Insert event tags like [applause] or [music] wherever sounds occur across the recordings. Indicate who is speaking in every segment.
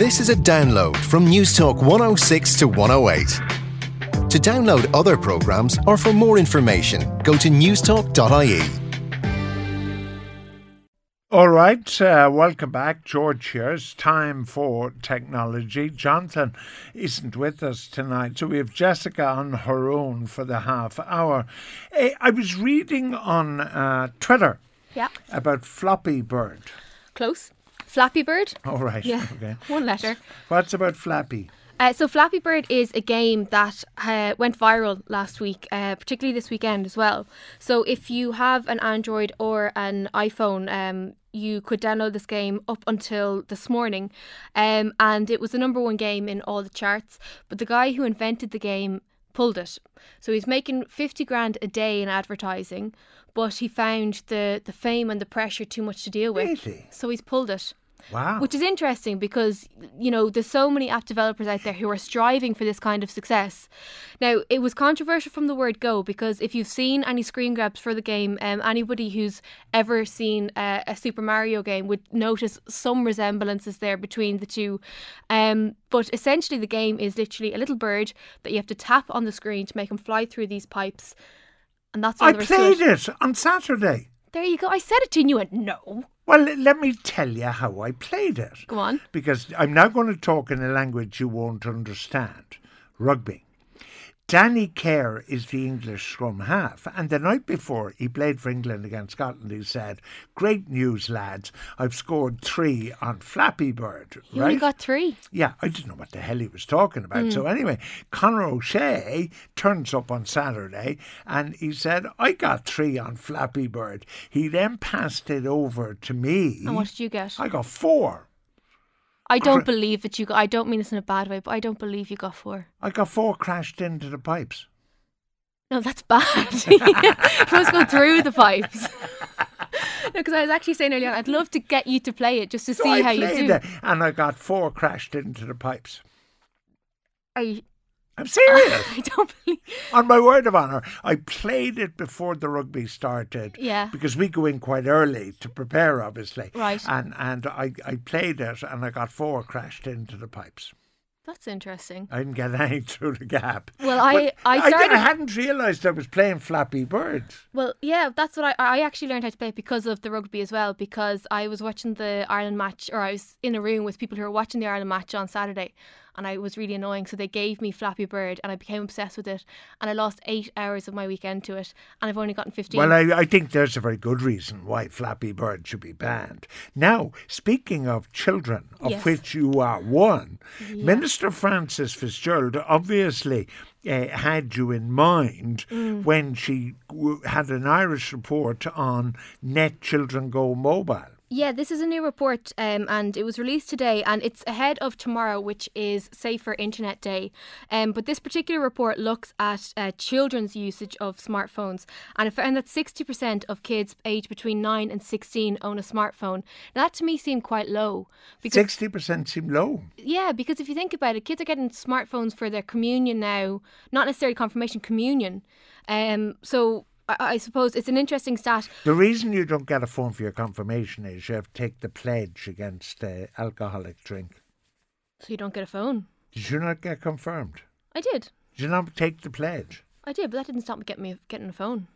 Speaker 1: This is a download from News Talk 106 to 108. To download other programmes or for more information, go to newstalk.ie.
Speaker 2: All right, uh, welcome back, George here. It's time for technology. Jonathan isn't with us tonight, so we have Jessica on her own for the half hour. Eh, I was reading on uh, Twitter
Speaker 3: Yeah.
Speaker 2: about Floppy Bird. [laughs]
Speaker 3: Close. Flappy Bird.
Speaker 2: All right,
Speaker 3: Yeah.
Speaker 2: okay.
Speaker 3: One letter.
Speaker 2: What's about Flappy?
Speaker 3: Uh, so Flappy Bird is a game that uh, went viral last week, uh, particularly this weekend as well. So if you have an Android or an iPhone, um, you could download this game up until this morning, um, and it was the number one game in all the charts. But the guy who invented the game pulled it. So he's making 50 grand a day in advertising, but he found the, the fame and the pressure too much to deal with.
Speaker 2: Really?
Speaker 3: So he's pulled it.
Speaker 2: Wow.
Speaker 3: Which is interesting because you know there's so many app developers out there who are striving for this kind of success. Now it was controversial from the word go because if you've seen any screen grabs for the game, um, anybody who's ever seen uh, a Super Mario game would notice some resemblances there between the two. Um, but essentially, the game is literally a little bird that you have to tap on the screen to make him fly through these pipes, and that's all
Speaker 2: I
Speaker 3: there is to
Speaker 2: played it on Saturday.
Speaker 3: There you go. I said it to you. and You went no.
Speaker 2: Well, l- let me tell you how I played it.
Speaker 3: Go on.
Speaker 2: Because I'm now going to talk in a language you won't understand rugby. Danny Kerr is the English scrum half, and the night before he played for England against Scotland, he said, Great news, lads. I've scored three on Flappy Bird.
Speaker 3: You
Speaker 2: right?
Speaker 3: only got Hmm. three.
Speaker 2: Yeah, I didn't know what the hell he was talking about. So anyway, Conor O'Shea turns up on Saturday and he said, I got three on Flappy Bird. He then passed it over to me.
Speaker 3: And what did you get?
Speaker 2: I got four.
Speaker 3: I don't
Speaker 2: Cra-
Speaker 3: believe that you got. I don't mean this in a bad way, but I don't believe you got four.
Speaker 2: I got four crashed into the pipes.
Speaker 3: No,
Speaker 2: [laughs]
Speaker 3: that's bad. [laughs] you must go through the pipes. [laughs] no, because I was actually saying earlier, on, I'd love to get you to play it just to
Speaker 2: So
Speaker 3: see
Speaker 2: I
Speaker 3: how you
Speaker 2: played
Speaker 3: do.
Speaker 2: it, and I got four crashed into the pipes.
Speaker 3: Are you,
Speaker 2: I'm serious.
Speaker 3: [laughs] I don't believe.
Speaker 2: on my word of honour, I played it before the rugby started.
Speaker 3: Yeah.
Speaker 2: Because we go in quite early to prepare, obviously.
Speaker 3: Right.
Speaker 2: And and I, I played it and I got four crashed into the pipes.
Speaker 3: That's interesting.
Speaker 2: I didn't get [laughs] any through the gap.
Speaker 3: Well, I-
Speaker 2: But
Speaker 3: I
Speaker 2: I,
Speaker 3: started-
Speaker 2: hadn't realised I was playing Flappy Bird.
Speaker 3: Well, yeah, that's what I I actually learned how to play it because of the rugby as well. Because I was watching the Ireland match, or I was in a room with people who were watching the Ireland match on Saturday, and I was really annoying. So they gave me Flappy Bird, and I became obsessed with it. And I lost eight hours of my weekend to it, and I've only gotten fifteen.
Speaker 2: Well, I, I think there's a very good reason why Flappy Bird should be banned. Now, speaking of children, of
Speaker 3: Yes.
Speaker 2: which you are one, Minister Francis Fitzgerald obviously uh, had you in mind
Speaker 3: Mm.
Speaker 2: when she w- had an Irish report on Net Children Go Mobile.
Speaker 3: Yeah, this is a new report, um, and it was released today, and it's ahead of tomorrow, which is Safer Internet Day. Um, but this particular report looks at uh, children's usage of smartphones, and it found that 60% of kids aged between 9 and 16 own a smartphone. Now, that to me seemed quite low. Because,
Speaker 2: 60% seem low.
Speaker 3: yeah, because if you think about it, kids are getting smartphones for their communion now, not necessarily confirmation, communion. Um, so I, I suppose it's an interesting stat.
Speaker 2: The reason you don't get a phone for your confirmation is you have to take the pledge against uh, alcoholic drink.
Speaker 3: So you don't get a phone.
Speaker 2: Did you not get confirmed?
Speaker 3: I did.
Speaker 2: Did you not take the pledge?
Speaker 3: I did, but that didn't stop me getting me getting
Speaker 2: [laughs]
Speaker 3: a phone.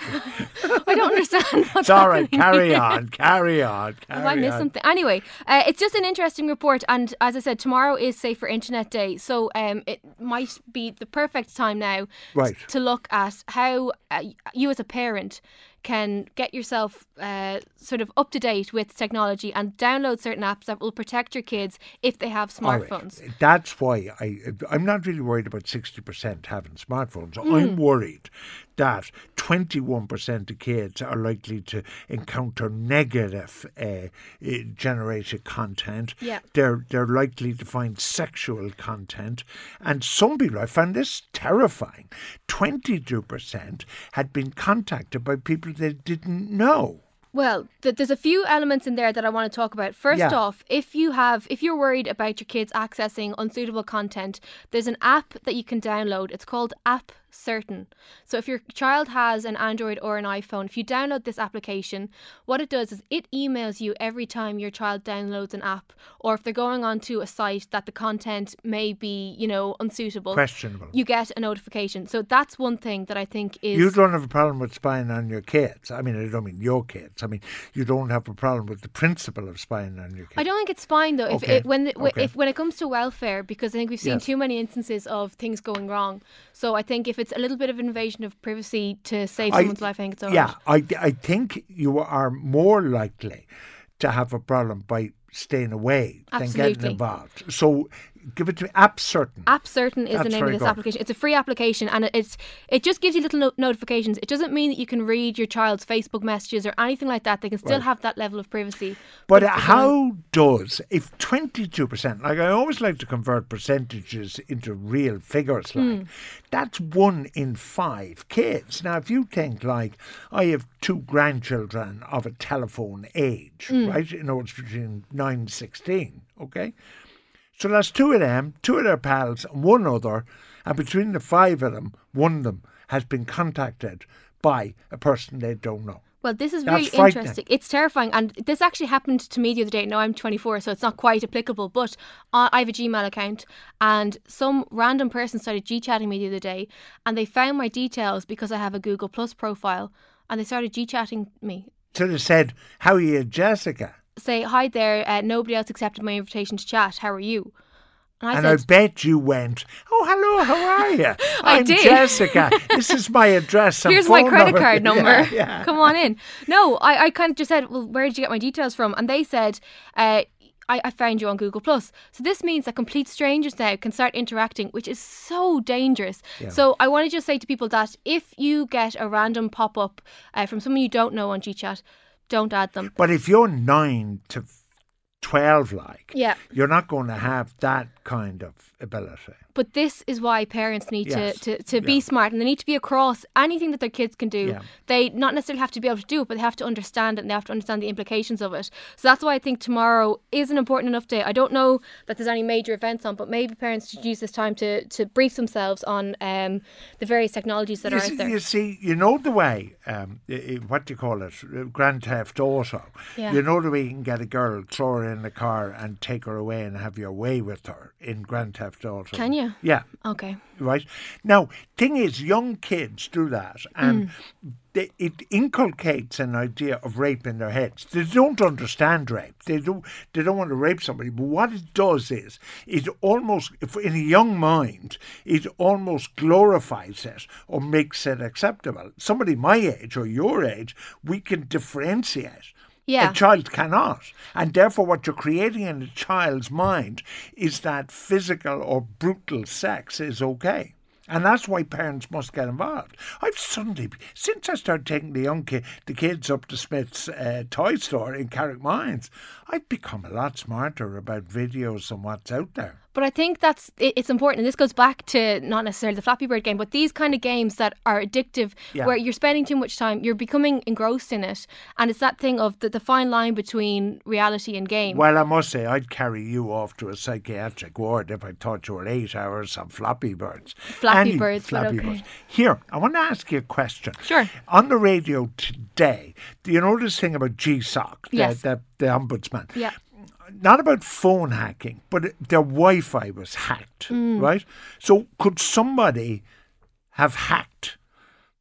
Speaker 3: [laughs] I don't understand [laughs] what's
Speaker 2: It's all right.
Speaker 3: happening
Speaker 2: Carry
Speaker 3: here.
Speaker 2: on. Carry on. Carry
Speaker 3: [laughs] Have I missed
Speaker 2: on.
Speaker 3: something? Anyway, uh, it's just an interesting report, and as I said, tomorrow is Safer Internet Day, so um, it might be the perfect time now
Speaker 2: Right.
Speaker 3: t- to look at how uh, you, as a parent, can get yourself uh, sort of up to date with technology and download certain apps that will protect your kids if they have
Speaker 2: All right.
Speaker 3: smartphones.
Speaker 2: That's why I I'm not really worried about sixty percent having smartphones.
Speaker 3: Hmm.
Speaker 2: I'm worried that twenty one percent of kids are likely to encounter negative uh, uh, generated content.
Speaker 3: Yeah.
Speaker 2: They're they're likely to find sexual content, and some people I found this terrifying. Twenty two percent had been contacted by people they didn't know.
Speaker 3: Well, th- there's a few elements in there that I want to talk about. First
Speaker 2: Yeah.
Speaker 3: off, if you have, if you're worried about your kids accessing unsuitable content, there's an app that you can download. It's called App certain. So if your child has an Android or an iPhone, if you download this application, what it does is it emails you every time your child downloads an app or if they're going onto a site that the content may be, you know, unsuitable.
Speaker 2: Questionable.
Speaker 3: You get a notification. So that's one thing that I think is
Speaker 2: You don't have a problem with spying on your kids. I mean, I don't mean your kids. I mean, you don't have a problem with the principle of spying on your kids.
Speaker 3: I don't think it's fine though. If
Speaker 2: Okay,
Speaker 3: it, when the, w
Speaker 2: okay.
Speaker 3: if when it comes to welfare, because I think we've seen
Speaker 2: Yes.
Speaker 3: too many instances of things going wrong. So I think if it's a little bit of invasion of privacy to save
Speaker 2: I-
Speaker 3: someone's life, I think it's alright.
Speaker 2: yeah, I, I think you are more likely to have a problem by staying away than
Speaker 3: Absolutely.
Speaker 2: getting involved. So give it to me. App certain.
Speaker 3: App Certain is the
Speaker 2: That's
Speaker 3: name of
Speaker 2: very
Speaker 3: this
Speaker 2: good.
Speaker 3: application. It's a free application, and it- it's it just gives you little no- notifications. It doesn't mean that you can read your child's Facebook messages or anything like that. They can still have that level of privacy.
Speaker 2: But
Speaker 3: it's designed-
Speaker 2: how does if twenty two percent? Like I always like to convert percentages into real figures. Like that's one in five kids. Now, if you think like I have two grandchildren of a telephone age, right? You know, it's between nine and sixteen. Okay, so that's two of them, two of their pals, and one other, and between the five of them, one of them has been contacted by a person they don't know.
Speaker 3: Well, this is
Speaker 2: That's
Speaker 3: really
Speaker 2: frightening.
Speaker 3: interesting. It's terrifying, and this actually happened to me the other day. Now I'm 24, so it's not quite applicable, but I I have a Gmail account, and some random person started g-chatting me the other day, and they found my details because I have a Google Plus profile, and they started g-chatting me
Speaker 2: So they said, "How are you, Jessica?"
Speaker 3: say, "Hi there, uh, nobody else accepted my invitation to chat. How are you?" And I
Speaker 2: and I
Speaker 3: said,
Speaker 2: bet you went, "Oh, hello, how
Speaker 3: [laughs]
Speaker 2: are you?
Speaker 3: I
Speaker 2: I'm
Speaker 3: did.
Speaker 2: Jessica. This is
Speaker 3: [laughs]
Speaker 2: my address. And
Speaker 3: "Here's my
Speaker 2: phone
Speaker 3: credit
Speaker 2: number."
Speaker 3: card
Speaker 2: [laughs] Yeah,
Speaker 3: number.
Speaker 2: yeah.
Speaker 3: [laughs] Come on in." No, I, I kind of just said, "Well, where did you get my details from?" And they said, uh, I, "I found you on Google Plus." So this means that complete strangers now can start interacting, which is so dangerous. So I want to just say to people that if you get a random pop up uh, from someone you don't know on GChat, don't add them.
Speaker 2: But if you're nine to twelve, like,
Speaker 3: Yeah.
Speaker 2: you're not going to have that kind of ability.
Speaker 3: But this is why parents need
Speaker 2: Yes.
Speaker 3: to, to, to be smart and they need to be across anything that their kids can do.
Speaker 2: Yeah.
Speaker 3: They not necessarily have to be able to do it, but they have to understand it and they have to understand the implications of it. So that's why I think tomorrow is an important enough day. I don't know that there's any major events on, but maybe parents should use this time to, to brief themselves on um, the various technologies that
Speaker 2: you,
Speaker 3: are
Speaker 2: see,
Speaker 3: out there.
Speaker 2: you see, you know the way. Um, i- i- what do you call it? Uh, Grand Theft Auto.
Speaker 3: Yeah.
Speaker 2: You know the way you can get a girl, throw her in the car, and take her away and have your way with her in Grand Theft Auto.
Speaker 3: Can you?
Speaker 2: Yeah.
Speaker 3: Okay.
Speaker 2: right? Now, thing is, young kids do that, and they, it inculcates an idea of rape in their heads. They don't understand rape. They do. They don't want to rape somebody. But what it does is, it almost, if in a young mind, it almost glorifies it or makes it acceptable. Somebody my age or your age, we can differentiate.
Speaker 3: Yeah.
Speaker 2: A child cannot. And therefore, what you're creating in a child's mind is that physical or brutal sex is okay. And that's why parents must get involved. I've suddenly, since I started taking the young ki- the kids up to Smith's uh, toy store in Carrick Mines, I've become a lot smarter about videos and what's out there.
Speaker 3: But I think that's it, it's important, and this goes back to not necessarily the Flappy Bird game, but these kind of games that are addictive,
Speaker 2: Yeah.
Speaker 3: where you're spending too much time, you're becoming engrossed in it, and it's that thing of the, the fine line between reality and game.
Speaker 2: Well, I must say, I'd carry you off to a psychiatric ward if I thought you were eight hours on Flappy Birds.
Speaker 3: Flappy Birds, but okay.
Speaker 2: Here, I want to ask you a question.
Speaker 3: Sure.
Speaker 2: On the radio today, do you know this thing about GSOC, the,
Speaker 3: Yes.
Speaker 2: the, the ombudsman?
Speaker 3: Yeah.
Speaker 2: Not about phone hacking, but their Wi Fi was hacked,
Speaker 3: Mm.
Speaker 2: right? So could somebody have hacked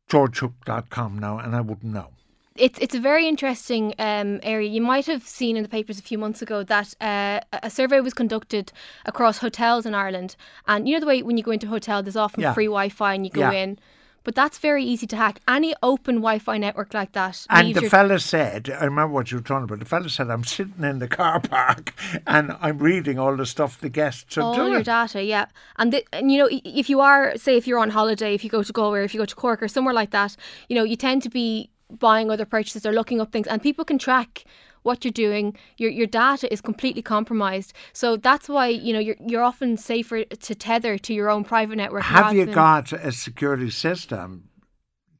Speaker 2: georgehook.com now and I wouldn't know?
Speaker 3: It's it's a very interesting um, area. You might have seen in the papers a few months ago that uh, a- a survey was conducted across hotels in Ireland, and you know the way when you go into a hotel, there's often
Speaker 2: Yeah.
Speaker 3: free Wi-Fi, and you go
Speaker 2: Yeah.
Speaker 3: in. But that's very easy to hack. Any open Wi-Fi network like that
Speaker 2: And
Speaker 3: leaves
Speaker 2: the
Speaker 3: your
Speaker 2: fella said, I remember what you were talking about. The fella said, I'm sitting in the car [laughs] park and I'm reading all the stuff the guests are
Speaker 3: all
Speaker 2: doing.
Speaker 3: your data, yeah. And, th- and you know, i- if you are, say, if you're on holiday, if you go to Galway, or if you go to Cork or somewhere like that, you know, you tend to be buying other purchases or looking up things, and people can track what you're doing. Your your data is completely compromised, so that's why you know you're you're often safer to tether to your own private network.
Speaker 2: Have
Speaker 3: rather
Speaker 2: you
Speaker 3: than-
Speaker 2: got a security system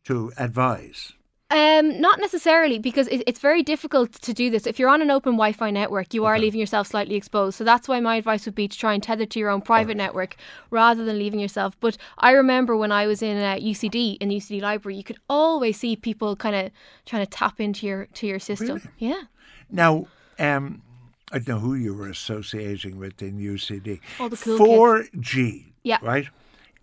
Speaker 2: to advise?
Speaker 3: Um, not necessarily, because it, it's very difficult to do this. If you're on an open Wi-Fi network, you are leaving yourself slightly exposed. So that's why my advice would be to try and tether to your own private network rather than leaving yourself. But I remember when I was in uh, UCD in the UCD library, you could always see people kind of trying to tap into your to your system. Yeah.
Speaker 2: Now, um, I don't know who you were associating with in UCD.
Speaker 3: All the cool kids.
Speaker 2: 4G,
Speaker 3: Yeah.
Speaker 2: right?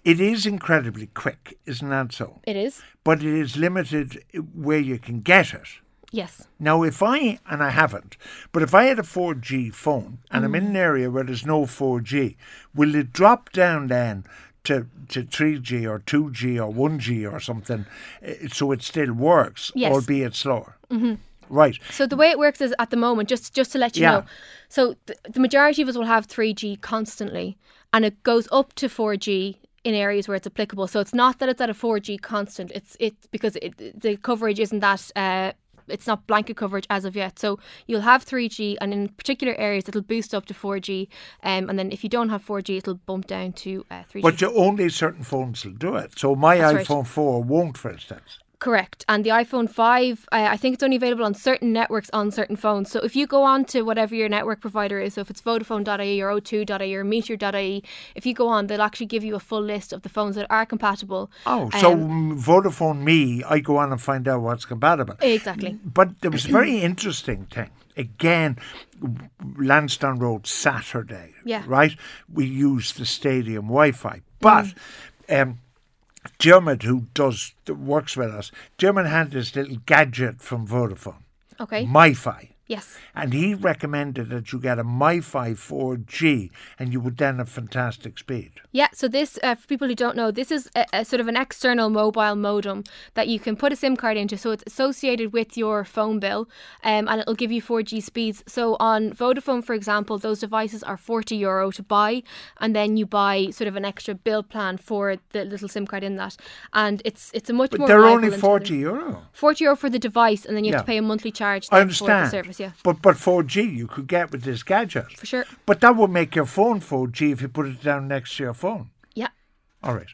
Speaker 2: It is incredibly quick, isn't that so?
Speaker 3: It is.
Speaker 2: But it is limited where you can get it.
Speaker 3: Yes.
Speaker 2: Now, if I, and I haven't, but if I had a 4G phone and I'm
Speaker 3: Mm.
Speaker 2: in an area where there's no 4G, will it drop down then to, to 3G or 2G or 1G or something eh, so it still works,
Speaker 3: Yes.
Speaker 2: albeit slower? Mm-hmm. Right.
Speaker 3: So the way it works is at the moment, just just to let you
Speaker 2: Yeah.
Speaker 3: know. So th- the majority of us will have 3G constantly, and it goes up to 4G in areas where it's applicable. So it's not that it's at a 4G constant. It's it's because it, the coverage isn't that. Uh, it's not blanket coverage as of yet. So you'll have 3G, and in particular areas, it'll boost up to 4G. Um, and then if you don't have 4G, it'll bump down to uh, 3G.
Speaker 2: But you only certain phones will do it. So my
Speaker 3: That's
Speaker 2: iPhone 4 won't, for instance.
Speaker 3: Correct. And the iPhone 5, uh, I think it's only available on certain networks on certain phones. So if you go on to whatever your network provider is, so if it's Vodafone.ie E or O2.ie or Meteor.ie, E, if you go on, they'll actually give you a full list of the phones that are compatible.
Speaker 2: Oh, so
Speaker 3: Um,
Speaker 2: mm, Vodafone Me, I go on and find out what's compatible.
Speaker 3: Exactly.
Speaker 2: But there
Speaker 3: [clears throat]
Speaker 2: was a very interesting thing. Again, w- Lansdowne Road Saturday.
Speaker 3: Yeah.
Speaker 2: Right? We used the stadium Wi Fi. But um, Dermot, who does works with us, Dermot had this little gadget from Vodafone,
Speaker 3: Okay.
Speaker 2: MiFi.
Speaker 3: Yes.
Speaker 2: And he recommended that you get a MiFi 4G and you would then have fantastic speed.
Speaker 3: Yeah, so this, uh, for people who don't know, this is a, a sort of an external mobile modem that you can put a SIM card into. So it's associated with your phone bill um, and it'll give you 4G speeds. So on Vodafone, for example, those devices are 40 euro to buy, and then you buy sort of an extra bill plan for the little SIM card in that. And it's it's a much
Speaker 2: But
Speaker 3: more.
Speaker 2: they're
Speaker 3: reliable
Speaker 2: only
Speaker 3: and-
Speaker 2: 40 euro.
Speaker 3: 40 euro for the device, and then you have to
Speaker 2: Yeah.
Speaker 3: pay a monthly charge
Speaker 2: I
Speaker 3: then for the
Speaker 2: understand.
Speaker 3: service. Yeah,
Speaker 2: But but 4G you could get with this gadget.
Speaker 3: for sure.
Speaker 2: But that would make your phone 4G if you put it down next to your phone.
Speaker 3: Yeah.
Speaker 2: All right.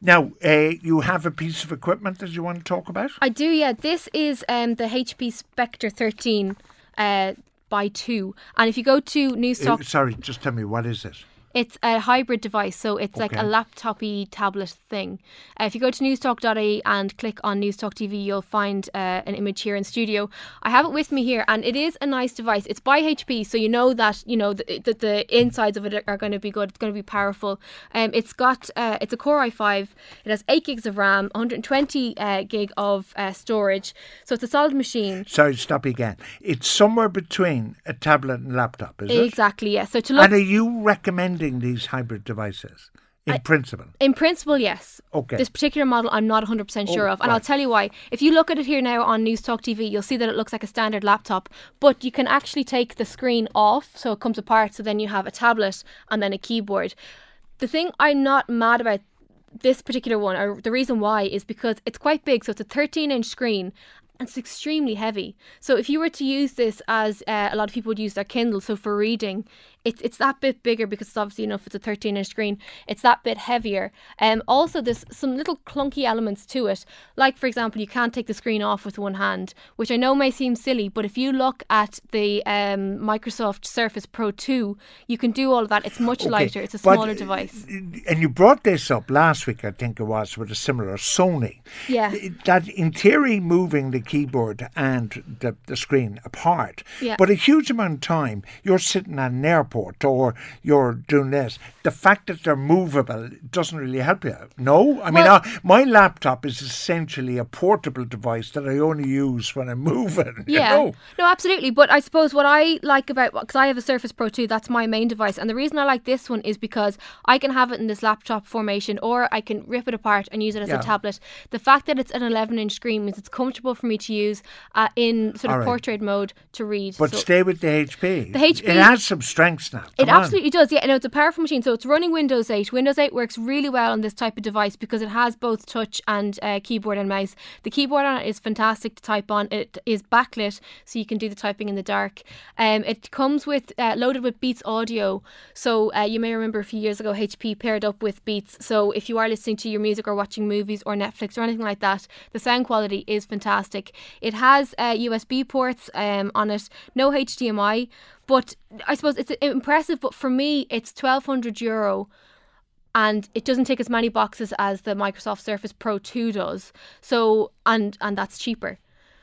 Speaker 2: Now, uh, you have a piece of equipment that you want to talk about?
Speaker 3: I do, yeah. This is um, the HP Spectre 13 uh, by 2. And if you go to
Speaker 2: Uh,
Speaker 3: Newstalk,
Speaker 2: sorry, just tell me, what is it?
Speaker 3: it's a hybrid device. So it's like a
Speaker 2: Okay.
Speaker 3: laptop y tablet thing. Uh, if you go to newstalk.ie and click on Newstalk TV, you'll find uh, an image here in studio. I have it with me here, and it is a nice device. It's by HP, so you know that you know that the, the insides of it are- are going to be good. It's going to be powerful. Um, it's got uh, it's a Core i5. It has eight gigs of RAM, 120 uh, gig of uh, storage. So it's a solid machine.
Speaker 2: Sorry, stop again. It's somewhere between a tablet and laptop, is it?
Speaker 3: Exactly. Yeah. So to look
Speaker 2: And are you recommending these hybrid devices in principle?
Speaker 3: In principle, yes.
Speaker 2: Okay.
Speaker 3: This particular model, I'm not 100% sure
Speaker 2: Oh,
Speaker 3: of. And I'll
Speaker 2: right.
Speaker 3: tell you why. If you look at it here now on News Talk TV, you'll see that it looks like a standard laptop, but you can actually take the screen off so it comes apart. So then you have a tablet and then a keyboard. The thing I'm not mad about this particular one, or the reason why, is because it's quite big. So it's a 13 inch screen and it's extremely heavy. So if you were to use this as uh, a lot of people would use their Kindle, so for reading, it's it's that bit bigger because it's obviously enough it's a 13 inch screen. It's that bit heavier. Um, also there's some little clunky elements to it. Like for example, you can't take the screen off with one hand, which I know may seem silly, but if you look at the um, Microsoft Surface Pro 2, you can do all of that. It's much
Speaker 2: Okay,
Speaker 3: lighter. It's a
Speaker 2: but,
Speaker 3: smaller
Speaker 2: uh,
Speaker 3: device.
Speaker 2: And you brought this up last week, I think it was, with a similar Sony.
Speaker 3: Yeah.
Speaker 2: That in theory, moving the keyboard and the, the screen apart,
Speaker 3: Yeah.
Speaker 2: but a huge amount of time you're sitting at an airport or you're doing this. The fact that they're movable doesn't really help you. No, I mean,
Speaker 3: Well-
Speaker 2: I, my laptop is essentially a portable device that I only use when I'm [laughs] moving. you
Speaker 3: Yeah.
Speaker 2: know?
Speaker 3: No, absolutely. But I suppose what I like about because I have a Surface Pro 2, that's my main device, and the reason I like this one is because I can have it in this laptop formation, or I can rip it apart and use it as
Speaker 2: Yeah.
Speaker 3: a tablet. The fact that it's an 11-inch screen means it's comfortable for me to use uh, in sort of
Speaker 2: All right.
Speaker 3: portrait mode to read.
Speaker 2: But
Speaker 3: So-
Speaker 2: stay with the HP.
Speaker 3: The HP
Speaker 2: It has some strength banks now.
Speaker 3: It
Speaker 2: Come on.
Speaker 3: absolutely does. Yeah, no, it's a powerful machine. So it's running Windows 8. Windows 8 works really well on this type of device because it has both touch and uh, keyboard and mouse. The keyboard on it is fantastic to type on. It is backlit, so you can do the typing in the dark. Um, it comes with uh, loaded with Beats audio. So uh, you may remember a few years ago, HP paired up with Beats. So if you are listening to your music or watching movies or Netflix or anything like that, the sound quality is fantastic. It has uh, USB ports um, on it, no HDMI. But I suppose it's impressive. But for me, it's twelve hundred euro, and it doesn't take as many boxes as the Microsoft Surface Pro Two does. So and and that's cheaper.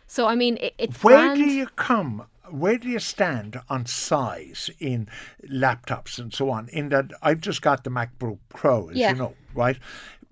Speaker 3: So I mean, it, it's
Speaker 2: Where
Speaker 3: grand.
Speaker 2: do you come? Where do you stand on size in laptops and so on? In that I've just got the MacBook Pro, as
Speaker 3: Yeah.
Speaker 2: you know, right?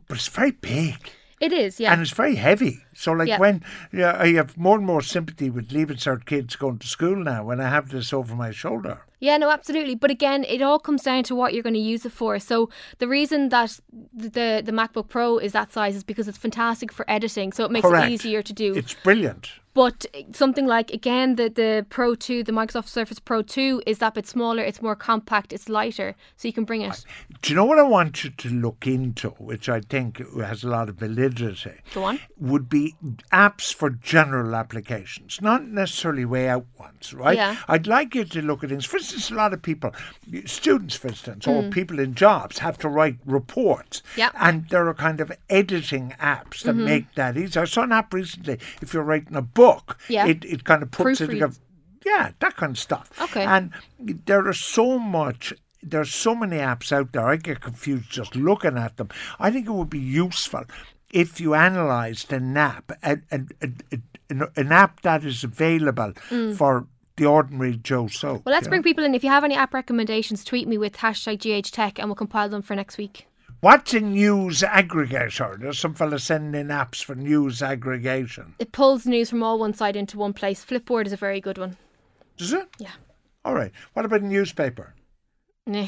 Speaker 2: But it's very big
Speaker 3: It is, yeah.
Speaker 2: and it's very heavy. So, like
Speaker 3: Yeah.
Speaker 2: when yeah, I have more and more sympathy with leaving cert kids going to school now, when I have this over my shoulder.
Speaker 3: Yeah, no, absolutely. But again, it all comes down to what you're going to use it for. So the reason that the the MacBook Pro is that size is because it's fantastic for editing. So it makes
Speaker 2: Correct.
Speaker 3: it easier to do.
Speaker 2: It's brilliant.
Speaker 3: But something like again the the Pro 2, the Microsoft Surface Pro 2 is that bit smaller, it's more compact, it's lighter, so you can bring it.
Speaker 2: Do you know what I want you to look into, which I think has a lot of validity?
Speaker 3: Go on.
Speaker 2: Would be apps for general applications, not necessarily way out ones, right?
Speaker 3: Yeah.
Speaker 2: I'd like you to look at things. For instance, a lot of people, students, for instance, or people in jobs, have to write reports.
Speaker 3: Mm. Yep. Mm-hmm.
Speaker 2: And there are kind of editing apps that make that easy. I saw an app recently, if you're writing a book,
Speaker 3: Yeah.
Speaker 2: it, it kind of puts it
Speaker 3: Proofreads.
Speaker 2: together. Yeah, that kind of stuff.
Speaker 3: Okay.
Speaker 2: And there are so much. There's so many apps out there. I get confused just looking at them. I think it would be useful if you analysed an app, an, an, an, an- an app that is available for the ordinary Joe So.
Speaker 3: Well, let's bring people in. If you have any app recommendations, tweet me with hashtag GHTech and we'll compile them for next week.
Speaker 2: What's a news aggregator? There's some fella sending in apps for news aggregation.
Speaker 3: It pulls news from all one side into one place. Flipboard is a very good one.
Speaker 2: Is it?
Speaker 3: Yeah.
Speaker 2: All right. What about a newspaper?
Speaker 3: Nah.